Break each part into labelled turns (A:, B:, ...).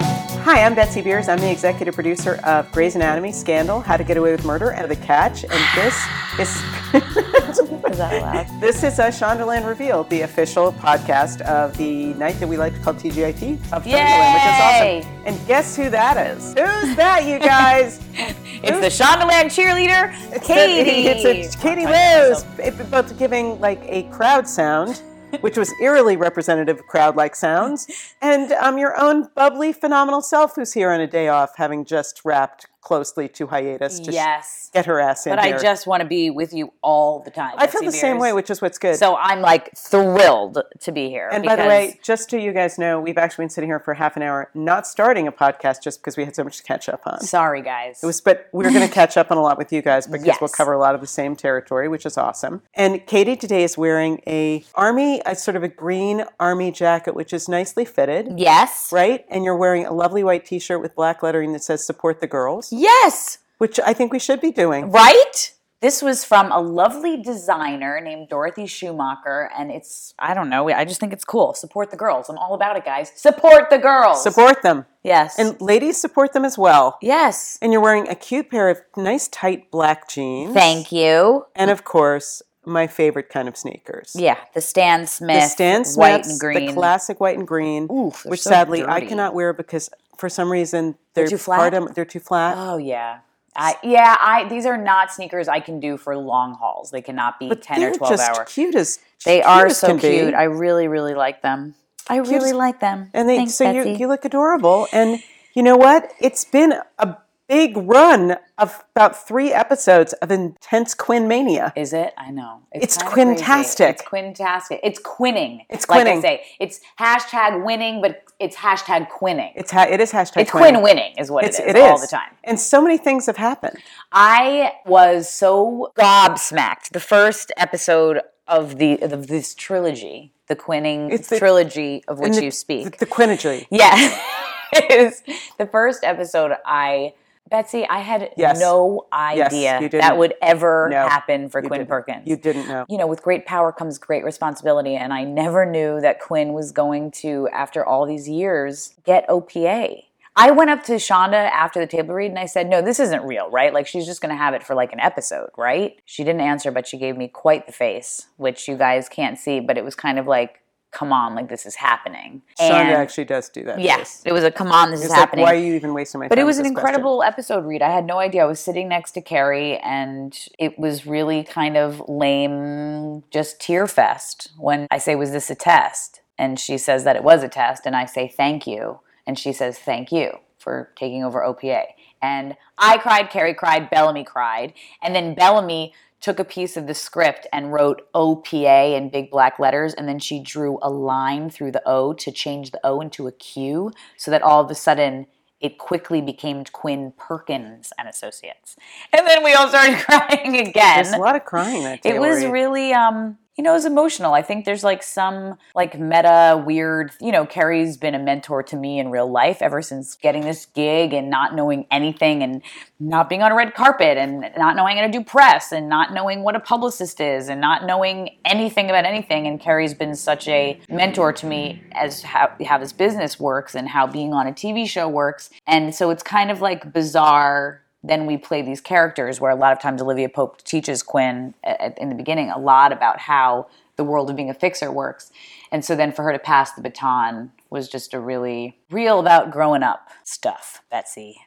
A: Hi, I'm Betsy Beers. I'm the executive producer of Grey's Anatomy, Scandal, How to Get Away with Murder, and The Catch. And this is
B: Is that loud?
A: this is a Shondaland Reveal, the official podcast of the night that we like to call TGIP of Shondaland,
B: Yay!
A: which is awesome. And guess who that is? Who's that, you guys?
B: It's the Shondaland cheerleader,
A: It's that
B: Katie. Oh,
A: idiot- It's a Katie
B: I'll find
A: Liz, it- but giving like a crowd sound, which was eerily representative of crowd-like sounds, and um, your own bubbly, phenomenal self, who's here on a day off, having just wrapped closely to hiatus to sh-
B: Yes.
A: get her ass in
B: But I
A: here.
B: just want to be with you all the time.
A: I feel the
B: Betsy
A: same
B: Beers.
A: way, which is what's good.
B: So I'm like thrilled to be here.
A: and by the
B: because-
A: way, just so you guys know, we've actually been sitting here for half an hour, not starting a podcast just because we had so much to catch up on.
B: sorry guys.
A: It was- but we're going to catch up on a lot with you guys because we'll
B: Yes.
A: cover a lot of the same territory, which is awesome. And Katie today is wearing a army, a sort of a green army jacket, which is nicely fitted,
B: yes.
A: right? And you're wearing a lovely white T-shirt with black lettering that says "Support the Girls,"
B: Yes.
A: which I think we should be doing.
B: Right? This was from a lovely designer named Dorothy Schumacher, and it's I don't know. I just think it's cool. Support the girls. I'm all about it, guys. Support the girls.
A: Support them,
B: Yes.
A: and ladies, support them as well.
B: yes.
A: And you're wearing a cute pair of nice tight black jeans.
B: Thank you.
A: And of course, my favorite kind of sneakers.
B: Yeah, the Stan Smith,
A: The Stan Smiths,
B: white and green.
A: the classic white and green,
B: Oof, they're
A: which
B: so
A: sadly I
B: dirty.
A: cannot wear because for some reason they're,
B: too flat?
A: part of- they're too flat.
B: Oh yeah. I, yeah, I these are not sneakers I can do for long hauls. They cannot be ten
A: they're
B: or twelve
A: just
B: hour.
A: cute as
B: They
A: cute
B: are
A: as
B: so
A: can be.
B: cute. I really, really like them. I really
A: as-
B: like them.
A: and they
B: Thanks,
A: so you
B: Betsy.
A: you look adorable. And you know what? It's been a big run of about three episodes of intense Quinn mania.
B: Is it? I know.
A: It's
B: kinda crazy.
A: quintastic.
B: It's quintastic. It's quinning.
A: It's
B: Like
A: quinning.
B: I say, it's hashtag winning, but it's hashtag quinning. It's,
A: It's ha- it is hashtag
B: quin winning is what
A: It's,
B: it is
A: it
B: all
A: is.
B: the time.
A: And so many things have happened.
B: I was so gobsmacked. The first episode of the of this trilogy, the Quinning
A: It's the-
B: trilogy of which
A: And the-
B: you speak.
A: The, the Quinnigy.
B: yeah. Is the first episode I Betsy, I had
A: Yes.
B: no
A: Yes,
B: idea
A: you didn't.
B: that would ever
A: No,
B: happen for
A: you
B: Quinn
A: didn't.
B: Perkins.
A: You didn't know.
B: you know, with great power comes great responsibility. And I never knew that Quinn was going to, after all these years, get OPA. I went up to Shonda after the table read and I said, No, this isn't real, right? Like, she's just going to have it for like an episode, right? She didn't answer, but she gave me quite the face, which you guys can't see, but it was kind of like, Come on, like, this is happening.
A: Shonda
B: And-
A: actually does do that.
B: Yes, it was a come on, this is
A: It's like,
B: happening.
A: why are you even wasting my time?
B: But it was
A: with
B: an
A: this question?
B: incredible episode read. I had no idea. I was sitting next to Carrie, and it was really kind of lame, just tear fest. When I say, "Was this a test?" and she says that it was a test, and I say, "Thank you," and she says, "Thank you for taking over OPA." And I cried, Carrie cried, Bellamy cried, and then Bellamy took a piece of the script and wrote OPA in big black letters, and then she drew a line through the O to change the O into a Q, so that all of a sudden it quickly became Quinn Perkins and Associates. And then we all started crying again.
A: There's a lot of crying that day.
B: It was
A: Lori.
B: really um you know, it was emotional. I think there's like some like meta weird, you know, Carrie's been a mentor to me in real life ever since getting this gig and not knowing anything and not being on a red carpet and not knowing how to do press and not knowing what a publicist is and not knowing anything about anything. And Carrie's been such a mentor to me as how, how this business works and how being on a TV show works. And so it's kind of like bizarre then we play these characters where a lot of times Olivia Pope teaches Quinn a- a- in the beginning a lot about how the world of being a fixer works. And so then for her to pass the baton was just a really real about growing up stuff, Betsy.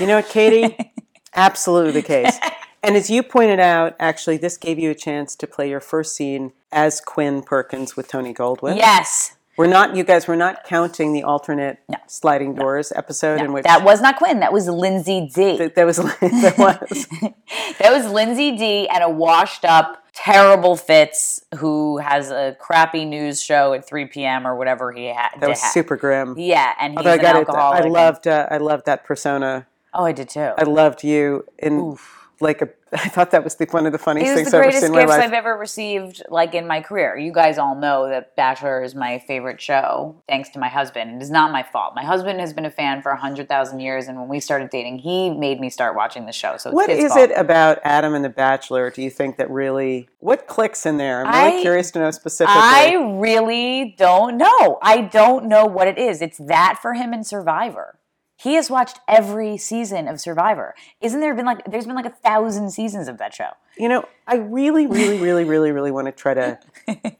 A: You know what, Katie? Absolutely the case. And as you pointed out, actually, this gave you a chance to play your first scene as Quinn Perkins with Tony Goldwyn.
B: Yes.
A: We're not, you guys, we're not counting the alternate sliding doors episode in which
B: That was not Quinn. That was Lindsay D.
A: that, that was, that was.
B: That was Lindsay D and a washed up, terrible Fitz who has a crappy news show at 3 p.m. or whatever he had.
A: That was super grim.
B: Yeah, and he's
A: Although I
B: an
A: got it,
B: alcoholic.
A: I loved, uh, I loved that persona.
B: Oh, I did too.
A: I loved you in like a, I thought that was the, one of the funniest
B: It
A: things
B: was the
A: I've ever seen
B: greatest
A: in my
B: gifts
A: life.
B: I've ever received, like in my career. You guys all know that Bachelor is my favorite show, thanks to my husband. It is not my fault. My husband has been a fan for a hundred thousand years, and when we started dating, he made me start watching the show. So it's
A: What
B: his
A: is
B: fault.
A: it about Adam and the Bachelor? Do you think that really what clicks in there? I'm really
B: I-
A: curious to know specifically.
B: I really don't know. I don't know what it is. It's that for him and Survivor. He has watched every season of Survivor. Isn't there been like there's been like a thousand seasons of that show?
A: You know, I really, really, really, really, really want to try to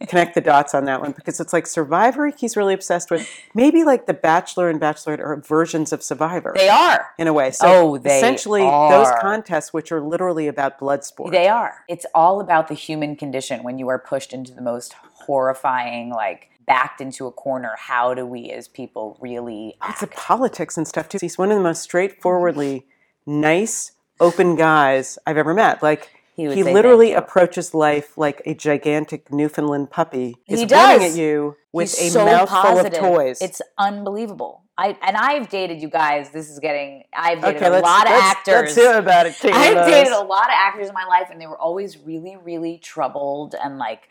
A: connect the dots on that one because it's like Survivor he's really obsessed with. Maybe like The Bachelor and Bachelorette are versions of Survivor
B: They are.
A: in a way. So
B: Oh, they
A: essentially those
B: are.
A: contests which are literally about blood sport.
B: They are. It's all about the human condition when you are pushed into the most horrifying, like backed into a corner. How do we as people really
A: Oh, it's
B: act?
A: the politics and stuff too. He's one of the most straightforwardly nice, open guys I've ever met. Like
B: He
A: he,
B: would say thank
A: literally
B: you.
A: approaches life like a gigantic Newfoundland puppy.
B: He
A: is
B: does.
A: running at you with a
B: He's so
A: mouthful
B: positive.
A: of toys.
B: It's unbelievable. I and I've dated you guys. This is getting. I've dated
A: okay.
B: a
A: let's
B: lot of
A: let's,
B: actors.
A: Let's hear about it. Kate
B: I've
A: Lowe's.
B: dated a lot of actors in my life, and they were always really, really troubled and like,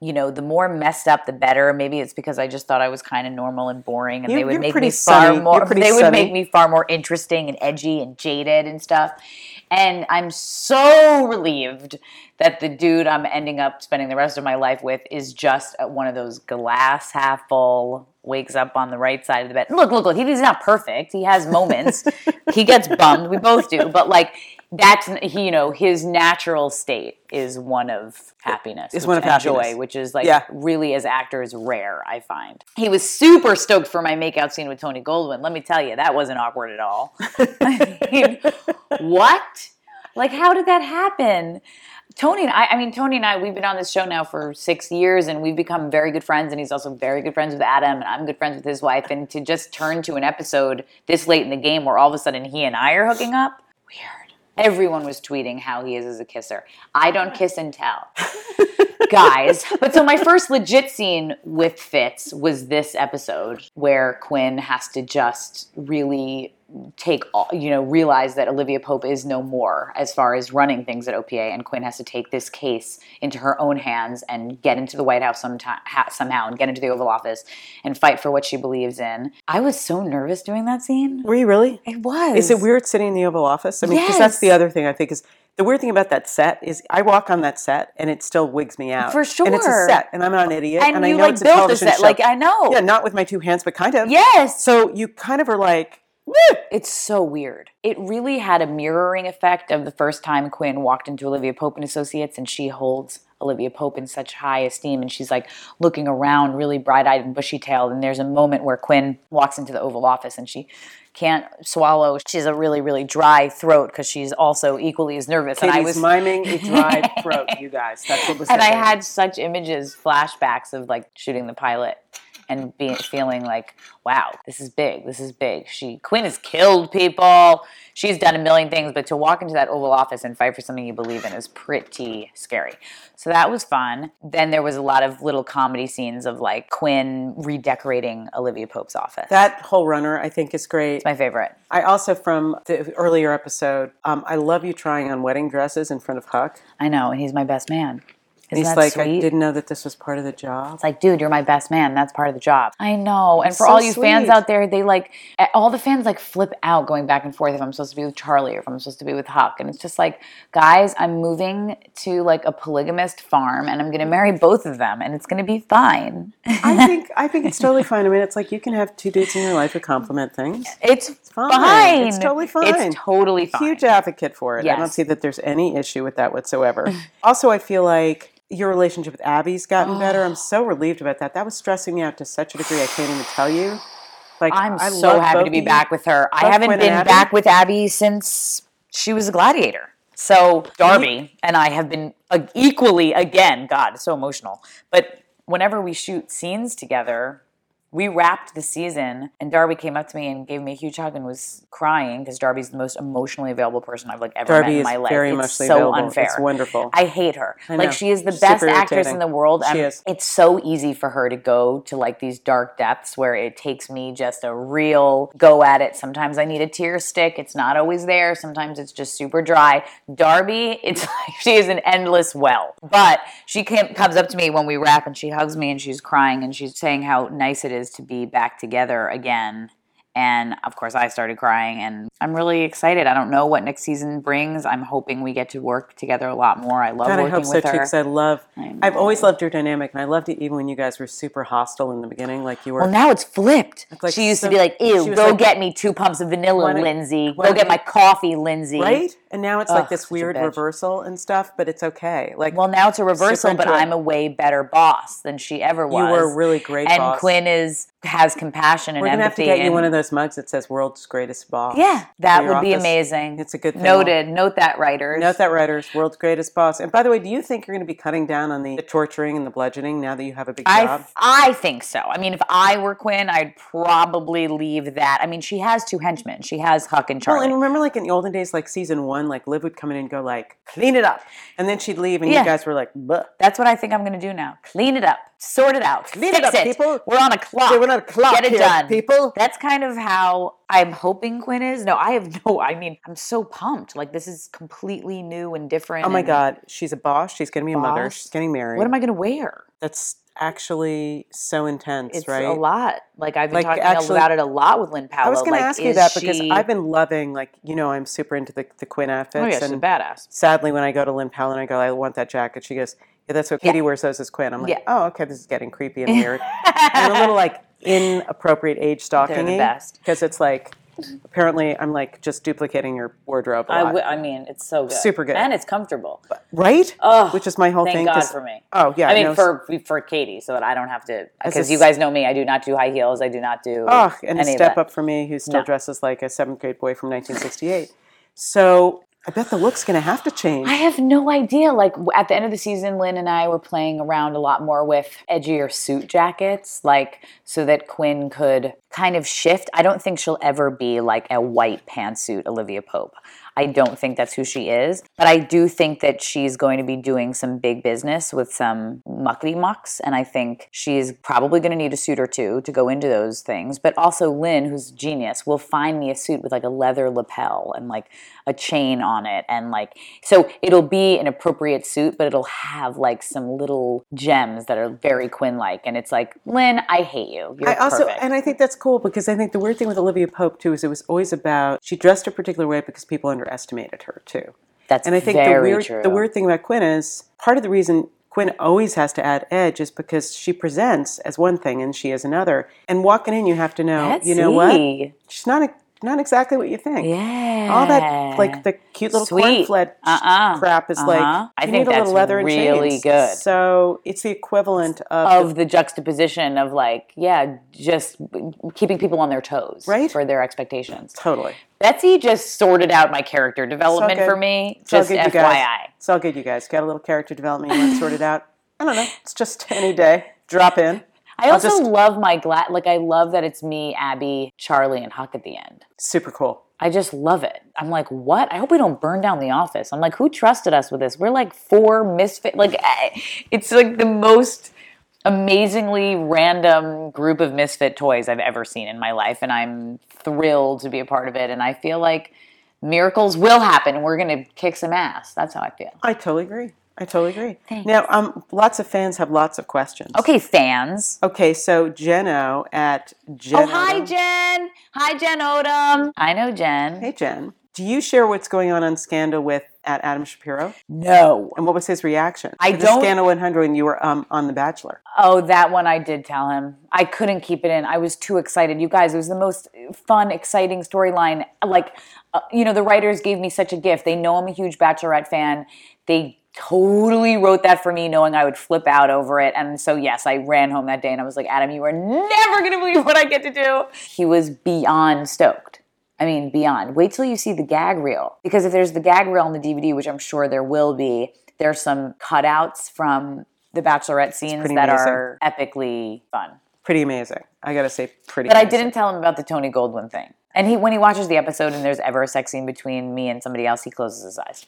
B: you know, the more messed up, the better. Maybe it's because I just thought I was kind of normal and boring, and
A: You-
B: they would
A: you're
B: make
A: pretty
B: me far
A: sunny.
B: more.
A: You're pretty
B: They would
A: sunny.
B: make me far more interesting and edgy and jaded and stuff. And I'm so relieved that the dude I'm ending up spending the rest of my life with is just uh, one of those glass half full. Wakes up on the right side of the bed. Look, look, look. he- He's not perfect. He has moments. he gets bummed. We both do. But like that's he, you know, his natural state is one of happiness,
A: Is
B: which-
A: one of
B: and
A: happiness.
B: joy, which is like
A: Yeah.
B: really as actors rare. I find he was super stoked for my makeout scene with Tony Goldwyn. Let me tell you, that wasn't awkward at all. I mean, what? Like, how did that happen? Tony and I, I mean, Tony and I, we've been on this show now for six years and we've become very good friends. And he's also very good friends with Adam, and I'm good friends with his wife. And to just turn to an episode this late in the game where all of a sudden he and I are hooking up, weird. Everyone was tweeting how he is as a kisser. I don't kiss and tell. Guys, but so my first legit scene with Fitz was this episode where Quinn has to just really take all, you know, realize that Olivia Pope is no more as far as running things at OPA, and Quinn has to take this case into her own hands and get into the White House sometime, ha- somehow and get into the Oval Office and fight for what she believes in. I was so nervous doing that scene.
A: Were you really?
B: It was.
A: Is it weird sitting in the Oval Office? I mean, because that's the
B: Yes.
A: other thing I think is the weird thing about that set is I walk on that set and it still wigs me out.
B: For
A: And it's
B: sure.
A: a set, and I'm not an idiot.
B: And,
A: I
B: you
A: know
B: like
A: it's a
B: built this
A: television
B: set.
A: show.
B: Like I know.
A: yeah, not with my two hands, but kind of.
B: Yes.
A: So you kind of are like,
B: It's so weird. It really had a mirroring effect of the first time Quinn walked into Olivia Pope and Associates, and she holds Olivia Pope in such high esteem, and she's like looking around, really bright-eyed and bushy-tailed. And there's a moment where Quinn walks into the Oval Office, and she can't swallow. She has a really, really dry throat because she's also equally as nervous. and I
A: Katie's
B: was
A: miming a dry throat, you guys. That's what was
B: and I
A: happening.
B: had such images, flashbacks of like shooting the pilot and being feeling like, wow, this is big. This is big. She Quinn has killed people. She's done a million things, but to walk into that Oval Office and fight for something you believe in is pretty scary. So that was fun. Then there was a lot of little comedy scenes of like Quinn redecorating Olivia Pope's office.
A: That whole runner, I think, is great.
B: my favorite.
A: I also, from the earlier episode, um, I love you trying on wedding dresses in front of Huck.
B: I know, and he's my best man. Isn't
A: And he's
B: that
A: like,
B: sweet?
A: I didn't know that this was part of the job.
B: It's like, dude, you're my best man. That's part of the job. I know. And for
A: so
B: all you fans
A: sweet.
B: out there, they like all the fans like flip out going back and forth if I'm supposed to be with Charlie or if I'm supposed to be with Huck. And it's just like, guys, I'm moving to like a polygamist farm and I'm gonna marry both of them and it's gonna be fine.
A: I think I think it's totally fine. I mean, it's like you can have two dudes in your life who compliment things.
B: It's fine.
A: fine. It's totally fine.
B: It's totally fine.
A: Huge advocate for it. I don't
B: Yes.
A: see that there's any issue with that whatsoever. also, I feel like your relationship with Abby's
B: Oh.
A: gotten better. I'm so relieved about that. That was stressing me out to such a degree I can't even tell you. Like
B: I'm
A: I
B: so
A: love
B: happy
A: both
B: to
A: of
B: be
A: you.
B: back with her. I
A: Both
B: haven't
A: Quinn and
B: been
A: Abby?
B: back with Abby since she was a gladiator. So Darby and I have been uh, equally again. God, it's so emotional. But whenever we shoot scenes together, we wrapped the season, and Darby came up to me and gave me a huge hug and was crying because Darby's the most emotionally available person I've like ever met
A: Darby
B: in
A: is
B: my life.
A: very
B: it's
A: emotionally
B: so
A: available.
B: unfair.
A: It's wonderful.
B: I hate her.
A: know.
B: Like she is the
A: She's
B: best
A: super
B: actress in
A: irritating.
B: the world.
A: She
B: and
A: is.
B: It's so easy for her to go to like these dark depths where it takes me just a real go at it. Sometimes I need a tear stick. It's not always there. Sometimes it's just super dry. Darby, it's like she is an endless well. But she came, comes up to me when we rap and she hugs me and she's crying and she's saying how nice it is to be back together again And of course, I started crying, and I'm really excited. I don't know what next season brings. I'm hoping we get to work together a lot more. I love
A: God, I
B: working
A: hope so
B: with
A: too,
B: her.
A: because I love.
B: I
A: I've
B: know.
A: always loved your dynamic, and I loved it even when you guys were super hostile in the beginning, like you were.
B: Well, now it's flipped.
A: like
B: she used
A: some-
B: to be like,
A: she
B: ew,
A: was
B: go
A: like-
B: get me two pumps of vanilla,
A: Why don't-
B: Lindsay.
A: why
B: Go
A: don't
B: get
A: you-
B: my coffee, Lindsay.
A: right? And now it's like
B: Ugh,
A: this
B: such a
A: weird
B: bitch.
A: reversal and stuff, but it's okay. Like
B: Well, now it's a reversal, but
A: into it.
B: I'm a way better boss than she ever was.
A: you were a really great
B: and
A: boss.
B: Quinn is has compassion and
A: we're gonna have to
B: empathy.
A: get you
B: and-
A: one of those mugs that says "World's Greatest Boss."
B: yeah, that
A: for your
B: would be
A: office.
B: amazing.
A: It's a good thing.
B: Noted. Note that, writers.
A: Note that writers, world's greatest boss. And by the way, do you think you're going to be cutting down on the, the torturing and the bludgeoning now that you have a big
B: I,
A: job?
B: I think so. I mean, if I were Quinn, I'd probably leave that. I mean, she has two henchmen. She has Huck and
A: Well,
B: Charlie.
A: and remember, like in the olden days, like season one, like Liv would come in and go, like, clean it up, and then she'd leave, and
B: Yeah.
A: you guys were like, Bleh.
B: That's what I think I'm going to do now. Clean it up. Sort it out.
A: Clean it
B: fix
A: up, people.
B: We're on a clock.
A: "Hey, we're not clock
B: Get it
A: here,
B: done.
A: people.
B: That's kind of how I'm hoping Quinn is. No, I have no. I mean, I'm so pumped. Like this is completely new and different.
A: Oh my
B: and
A: God, she's a boss. She's going to be a mother.
B: Boss?
A: She's getting married.
B: What am I going to wear?
A: That's actually so intense,
B: It's
A: right?
B: a lot. Like I've been
A: Like,
B: talking
A: actually-
B: about it a lot with Lynn Powell.
A: I was going
B: like,
A: to ask you
B: is
A: that because
B: she-
A: I've been loving, like, you know, I'm super into the, the Quinn outfits.
B: Oh yeah, she's a
A: and
B: badass.
A: sadly, when I go to Lynn Powell and I go, I want that jacket, she goes, yeah, that's what
B: Yeah.
A: Katie wears those as Quinn. I'm like,
B: Yeah.
A: oh, okay, this is getting creepy and weird. and a little like inappropriate age stalking.
B: best.
A: Because it's like, apparently, I'm like just duplicating your wardrobe a
C: I,
A: lot.
C: w- I mean, it's so good.
A: Super good.
C: And it's comfortable.
A: right?
C: Oh,
A: Which is my whole
C: thank
A: thing.
C: God
A: 'cause-
C: for me.
A: Oh, yeah.
C: I mean,
A: no,
C: for for Katie, so that I don't have to.
A: As
C: Because
A: a
C: you
A: s-
C: guys know me, I do not do high heels. I do not do.
A: Oh, and a
C: any of
A: step
C: that.
A: up for me who still
C: No.
A: dresses like a seventh grade boy from 1968. So I bet the look's going to have to change.
B: I have no idea. Like w- at the end of the season, Lynn and I were playing around a lot more with edgier suit jackets, like so that Quinn could kind of shift. I don't think she'll ever be like a white pantsuit Olivia Pope. I don't think that's who she is, but I do think that she's going to be doing some big business with some muckety mucks, and I think she's probably going to need a suit or two to go into those things. But also, Lynn, who's a genius, will find me a suit with like a leather lapel and like a chain on it, and like so it'll be an appropriate suit, but it'll have like some little gems that are very Quinn like, and it's like Lynn, I hate you. You're
A: I also,
B: perfect.
A: and I think that's cool because I think the weird thing with Olivia Pope too is it was always about she dressed a particular way because people underestimated her too.
B: That's
A: And I think
B: very
A: the weird
B: true.
A: the weird thing about Quinn is part of the reason Quinn always has to add edge is because she presents as one thing and she is another. And walking in, you have to know, you know what?
B: Betsy.
A: She's not not exactly what you think.
B: Yeah.
A: All that like the cute little
B: Sweet.
A: cornfled
B: Uh-uh.
A: crap is
B: Uh-huh.
A: like
B: I
A: you
B: think
A: need a
B: that's
A: little leather and
B: really
A: chains.
B: good. Oh,
A: So it's the equivalent of,
B: of the juxtaposition of like, yeah, just keeping people on their toes
A: Right?
B: for their expectations.
A: totally.
B: Betsy just sorted out my character development
A: good.
B: for me.
A: It's all
B: Just
A: good, you
B: FYI.
A: guys. It's all good, you guys. Got a little character development you want sorted out. I don't know. It's just any day. Drop in.
B: I also
A: just-
B: love my glad like I love that it's me, Abby, Charlie, and Huck at the end.
A: Super cool.
B: I just love it. I'm like, what? I hope we don't burn down the office. I'm like, who trusted us with this? We're like four misfit. Like, I- it's like the most amazingly random group of misfit toys I've ever seen in my life, and I'm thrilled to be a part of it. And I feel like miracles will happen, and we're gonna kick some ass. That's how I feel.
A: I totally agree. I totally agree. Now, um, lots of fans have lots of questions.
B: Okay, fans.
A: Okay, so Jeno at Jen.
B: Oh, hi,
A: Odom.
B: Jen. Hi, Jen Odom. I know Jen.
A: Hey, Jen. Do you share what's going on on Scandal with at Adam Shapiro?
B: No.
A: And what was his reaction?
B: I
A: To the
B: don't-
A: Scandal 100 when you were um, on The Bachelor.
B: Oh, that one I did tell him. I couldn't keep it in. I was too excited. You guys, it was the most fun, exciting storyline. Like, uh, you know, the writers gave me such a gift. They know I'm a huge Bachelorette fan. They totally wrote that for me, knowing I would flip out over it. And so, yes, I ran home that day and I was like, Adam, you are never going to believe what I get to do. He was beyond stoked. I mean, beyond. Wait till you see the gag reel. Because if there's the gag reel on the DVD, which I'm sure there will be, there's some cutouts from the Bachelorette scenes
A: pretty
B: that
A: amazing.
B: are epically fun.
A: Pretty amazing. I got to say, pretty
B: But I
A: amazing.
B: didn't tell him about the Tony Goldwyn thing. And he, when he watches the episode and there's ever a sex scene between me and somebody else, he closes his eyes.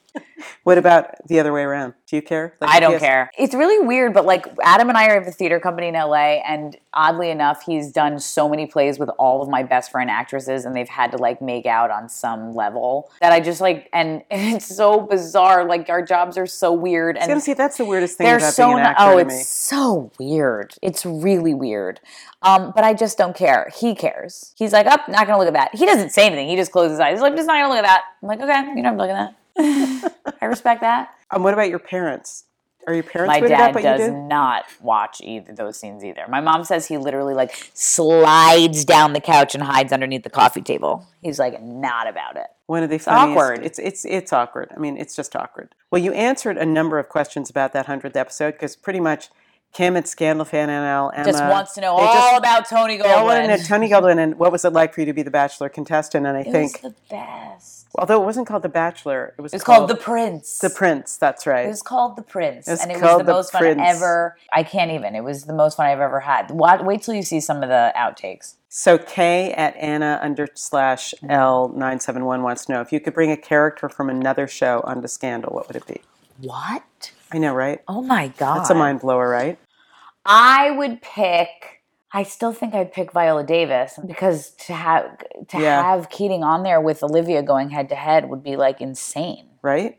A: What about the other way around? Do you care? Like,
B: I
A: if he
B: don't
A: has-
B: care. It's really weird, but like Adam and I are at the theater company in LA, and oddly enough, he's done so many plays with all of my best friend actresses, and they've had to like make out on some level that I just like, and it's so bizarre. Like our jobs are so weird,
A: I was gonna
B: and
A: say that's the weirdest thing
B: they're
A: about
B: so oh,
A: being an
B: not-
A: actor
B: oh,
A: to
B: it's
A: me.
B: so weird. It's really weird. Um, but but I just don't care. He cares. He's like, up, not gonna look at that. He doesn't say anything. He just closes his eyes. He's like, just not gonna look at that. I'm like, okay, you're not looking at that. I respect that.
A: And Um, what about your parents? Are your parents
B: My
A: weirded
B: dad
A: out by
B: does
A: you do?
B: not watch either those scenes either. My mom says he literally like slides down the couch and hides underneath the coffee table. He's like not about it.
A: One of the funniest.
B: awkward.
A: It's it's it's awkward. I mean, it's just awkward. Well, you answered a number of questions about that hundredth episode because pretty much Kim at Scandal Fan NL, Emma
B: Just wants to know
A: they
B: all
A: just-
B: about Tony
A: They all wanted
B: Goldwyn.
A: to know Tony Goldwyn and what was it like for you to be the Bachelor contestant? And I
B: it was
A: think,
B: the best.
A: although it wasn't called the Bachelor, it was
B: It was called The Prince.
A: the Prince. That's right.
B: It was called The Prince,
A: was
B: and it was
A: called
B: the,
A: The
B: most
A: Prince.
B: fun ever. I can't even. It was the most fun I've ever had. Wa wait till you see some of the outtakes.
A: So K at Anna under slash L nine seven one wants to know if you could bring a character from another show onto Scandal, what would it be?
B: What?
A: I know, right?
B: Oh my god!
A: That's a mind blower, right?
B: I would pick. I still think I'd pick Viola Davis because to have to
A: Yeah.
B: have Keating on there with Olivia going head to head would be like insane.
A: Right?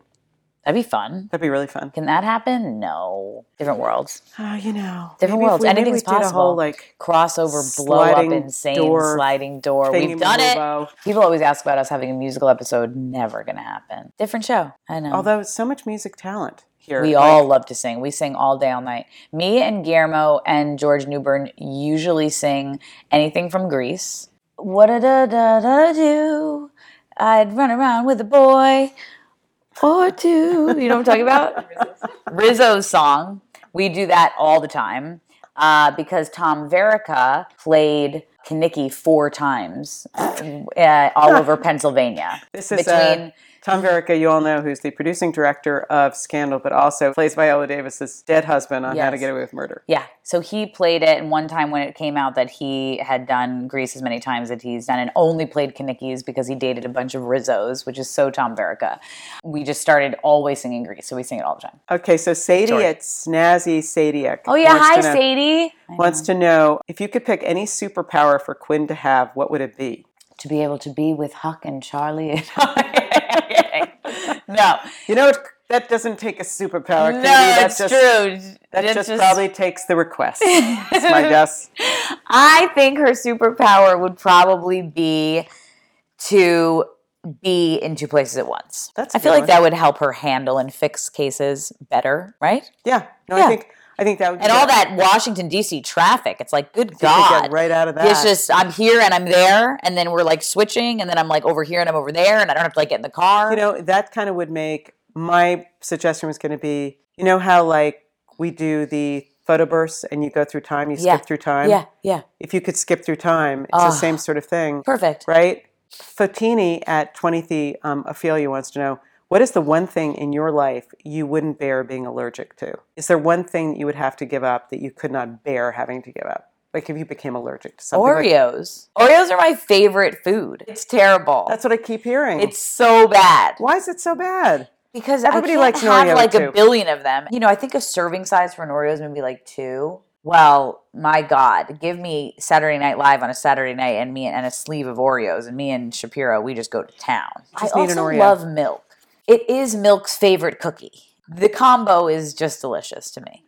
B: That'd be fun.
A: That'd be really fun.
B: Can that happen? No. Different worlds.
A: Oh, you know,
B: Different
A: maybe if
B: worlds.
A: we- maybe
B: Anything's
A: we did A whole,
B: possible.
A: like
B: Crossover, blow up,
A: Sliding
B: insane,
A: door
B: sliding door. We've done it.
A: thingy-mabobo.
B: People always ask about us having a musical episode. Never gonna happen. Different show. I know.
A: Although so much music talent here.
B: we
A: Like,
B: all love to sing. We sing all day, all night. Me and Guillermo and George Newbern usually sing anything from Greece. What a da da da do? I'd run around with a boy or two. You know what I'm talking about? Rizzo's song. We do that all the time uh, because Tom Verica played Kanicki four times uh, all over Pennsylvania.
A: This is uh, Tom Verica. You all know who's the producing director of Scandal, but also plays Viola Davis's dead husband on How to
B: Yes.
A: Get Away with Murder.
B: Yeah. So he played it, and one time when it came out that he had done Grease as many times that he's done, and only played Kanicki's because he dated a bunch of Rizzos, which is so Tom Verica. We just started always singing Grease, so we sing it all the time.
A: Okay, so Sadie at Snazzy Sadiak.
B: Oh yeah,
A: wants
B: hi
A: to know-
B: Sadie.
A: Wants to know if you could pick any superpower for Quinn to have, what would it be?
B: To be able to be with Huck and Charlie. And no,
A: You know, that doesn't take a superpower. Katie.
B: no,
A: That
B: it's
A: just,
B: true.
A: That
B: It's
A: just, probably takes the request. That's my guess.
B: I think her superpower would probably be to be in two places at once.
A: That's a
B: I feel
A: good
B: like
A: one.
B: that would help her handle and fix cases better, right?
A: Yeah. No, I
B: Yeah.
A: think I think that would.
B: And all that Washington D.C. traffic, it's like, good
A: God.
B: God.
A: right out of that.
B: It's just I'm here and I'm there, and then we're like switching, and then I'm like over here and I'm over there, and I don't have to like get in the car.
A: you know that kind of would make my suggestion was going to be you know how like we do the photo bursts and you go through time you skip
B: Yeah.
A: through time
B: yeah, yeah,
A: if you could skip through time it's the
B: Ah.
A: same sort of thing
B: perfect.
A: right fotini at 20th um, ophelia wants to know what is the one thing in your life you wouldn't bear being allergic to is there one thing that you would have to give up that you could not bear having to give up like if you became allergic to something like-
B: Oreos. Oreos are my favorite food. It's terrible.
A: that's what i keep hearing
B: it's so bad.
A: why is it so bad
B: Because
A: Everybody
B: I can't
A: likes an
B: have
A: Oreo,
B: like
A: too.
B: a billion of them. You know, I think a serving size for an Oreo is maybe like two. Well, my God, give me Saturday Night Live on a Saturday night, and me and a sleeve of Oreos, and me and Shapiro, we just go to town.
A: Just
B: I
A: need an
B: also
A: Oreo.
B: love milk. It is milk's favorite cookie. The combo is just delicious to me.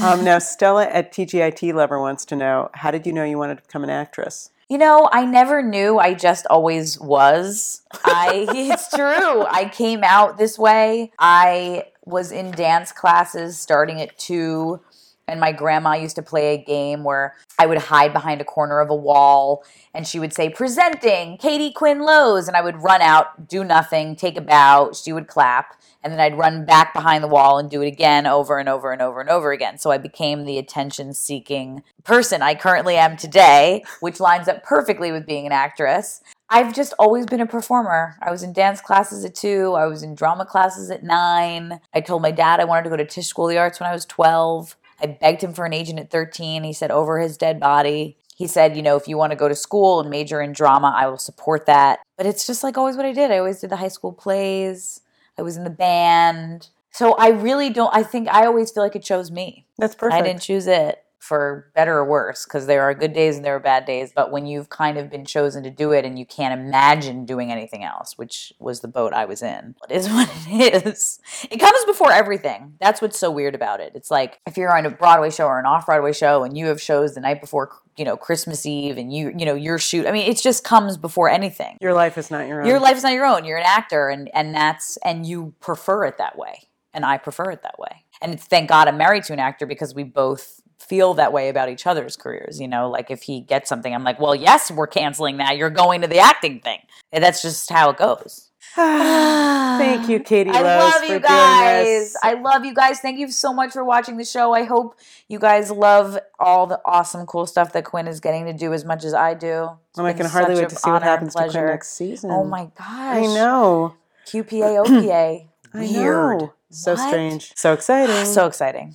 A: Um, now, Stella at TGIT Lover wants to know how did you know you wanted to become an actress?
B: You know, I never knew. I just always was. I it's true. I came out this way. I was in dance classes starting at 2 and my grandma used to play a game where I would hide behind a corner of a wall and she would say presenting Katie Quinn Lowe's and I would run out, do nothing, take a bow, she would clap and then I'd run back behind the wall and do it again over and over and over and over again. So I became the attention seeking person I currently am today, which lines up perfectly with being an actress. I've just always been a performer. I was in dance classes at two, I was in drama classes at nine. I told my dad I wanted to go to Tisch School of the Arts when I was 12. I begged him for an agent at 13. He said, over his dead body. He said, you know, if you want to go to school and major in drama, I will support that. But it's just like always what I did. I always did the high school plays. I was in the band. So I really don't I think I always feel like it chose me.
A: That's perfect.
B: I didn't choose it. for better or worse, because there are good days and there are bad days. But when you've kind of been chosen to do it and you can't imagine doing anything else, which was the boat I was in, it is what it is. It comes before everything. That's what's so weird about it. It's like if you're on a Broadway show or an off Broadway show and you have shows the night before, you know, Christmas Eve and you, you know, your shoot. I mean, it just comes before anything.
A: Your life is not your own.
B: Your life is not your own. You're an actor and, and that's, and you prefer it that way. And I prefer it that way. And it's, thank God I'm married to an actor because we both feel that way about each other's careers. You know, like if he gets something, I'm like, well, yes, we're canceling that. You're going to the acting thing. And that's just how it goes.
A: Thank you, Katie.
B: I
A: Lowe's,
B: love
A: for
B: you
A: doing
B: guys.
A: this.
B: I love you guys. Thank you so much for watching the show. I hope you guys love all the awesome, cool stuff that Quinn is getting to do as much as I do. It's
A: Oh, I
B: been
A: can hardly
B: such
A: wait
B: an
A: to see what
B: honor and
A: happens to Quinn
B: pleasure.
A: next season.
B: Oh my gosh.
A: I know.
B: QPA, OPA.
A: I
B: Weird.
A: know. So
B: What?
A: strange. So exciting.
B: So exciting.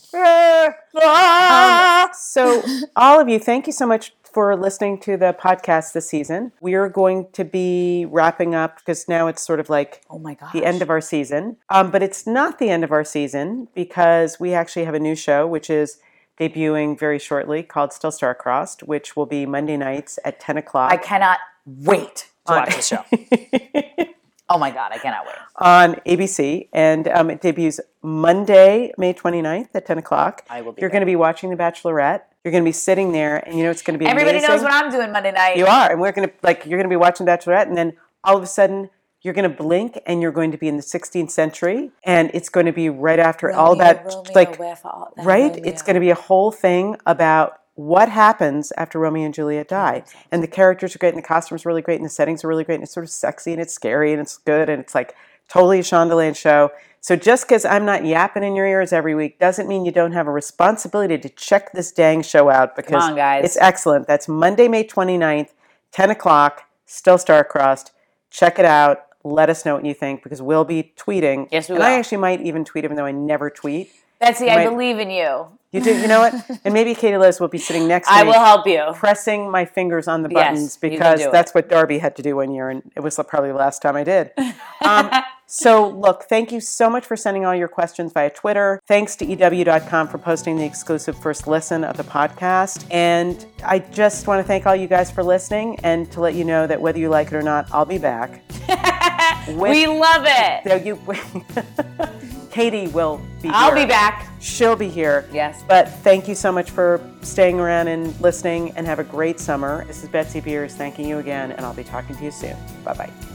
A: Um, so, all of you, thank you so much for listening to the podcast this season. We are going to be wrapping up because now it's sort of like
B: Oh my gosh.
A: the end of our season. Um, but it's not the end of our season because we actually have a new show, which is debuting very shortly called Still Starcrossed, which will be Monday nights at 10 o'clock.
B: I cannot wait to
A: On-
B: watch the show. Oh my God, I cannot wait.
A: on ABC, and um, it debuts Monday, May 29th at 10 o'clock.
C: I will be
A: You're going to be watching The Bachelorette. You're going to be sitting there, and you know it's going to be
B: Everybody
A: amazing.
B: knows what I'm doing Monday night.
A: you are, and we're going to like you're going to be watching Bachelorette, and then all of a sudden you're going to blink, and you're going to be in the 16th century, and it's going to be right after all about like right. It's going to be a whole thing about what happens after Romeo and Juliet die, and the characters are great, and the costumes are really great, and the settings are really great, and it's sort of sexy, and it's scary, and it's good, and it's like totally a Shondaland show. So just because I'm not yapping in your ears every week doesn't mean you don't have a responsibility to check this dang show out because
B: on, guys.
A: it's excellent. That's Monday, May 29th, 10 o'clock, still star-crossed. Check it out. Let us know what you think because we'll be tweeting.
B: Yes, we
A: and I
B: will.
A: actually might even tweet, even though I never tweet.
B: Betsy, I
A: Right.
B: believe in you.
A: You do. You know what? and maybe Katie Liz will be sitting next to
B: I
A: me,
B: will help you.
A: pressing my fingers on the
B: Yes,
A: buttons
B: you can
A: because
B: do it.
A: that's what Darby had to do one year, and it was probably the last time I did. Um, so, look, thank you so much for sending all your questions via Twitter. Thanks to E EW.com for posting the exclusive first listen of the podcast. And I just want to thank all you guys for listening and to let you know that whether you like it or not, I'll be back.
B: we love it.
A: So you, Katie will be
B: I'll
A: here.
B: be back.
A: She'll be here.
B: Yes.
A: But thank you so much for staying around and listening and have a great summer. This is Betsy Beers thanking you again, and I'll be talking to you soon. Bye bye.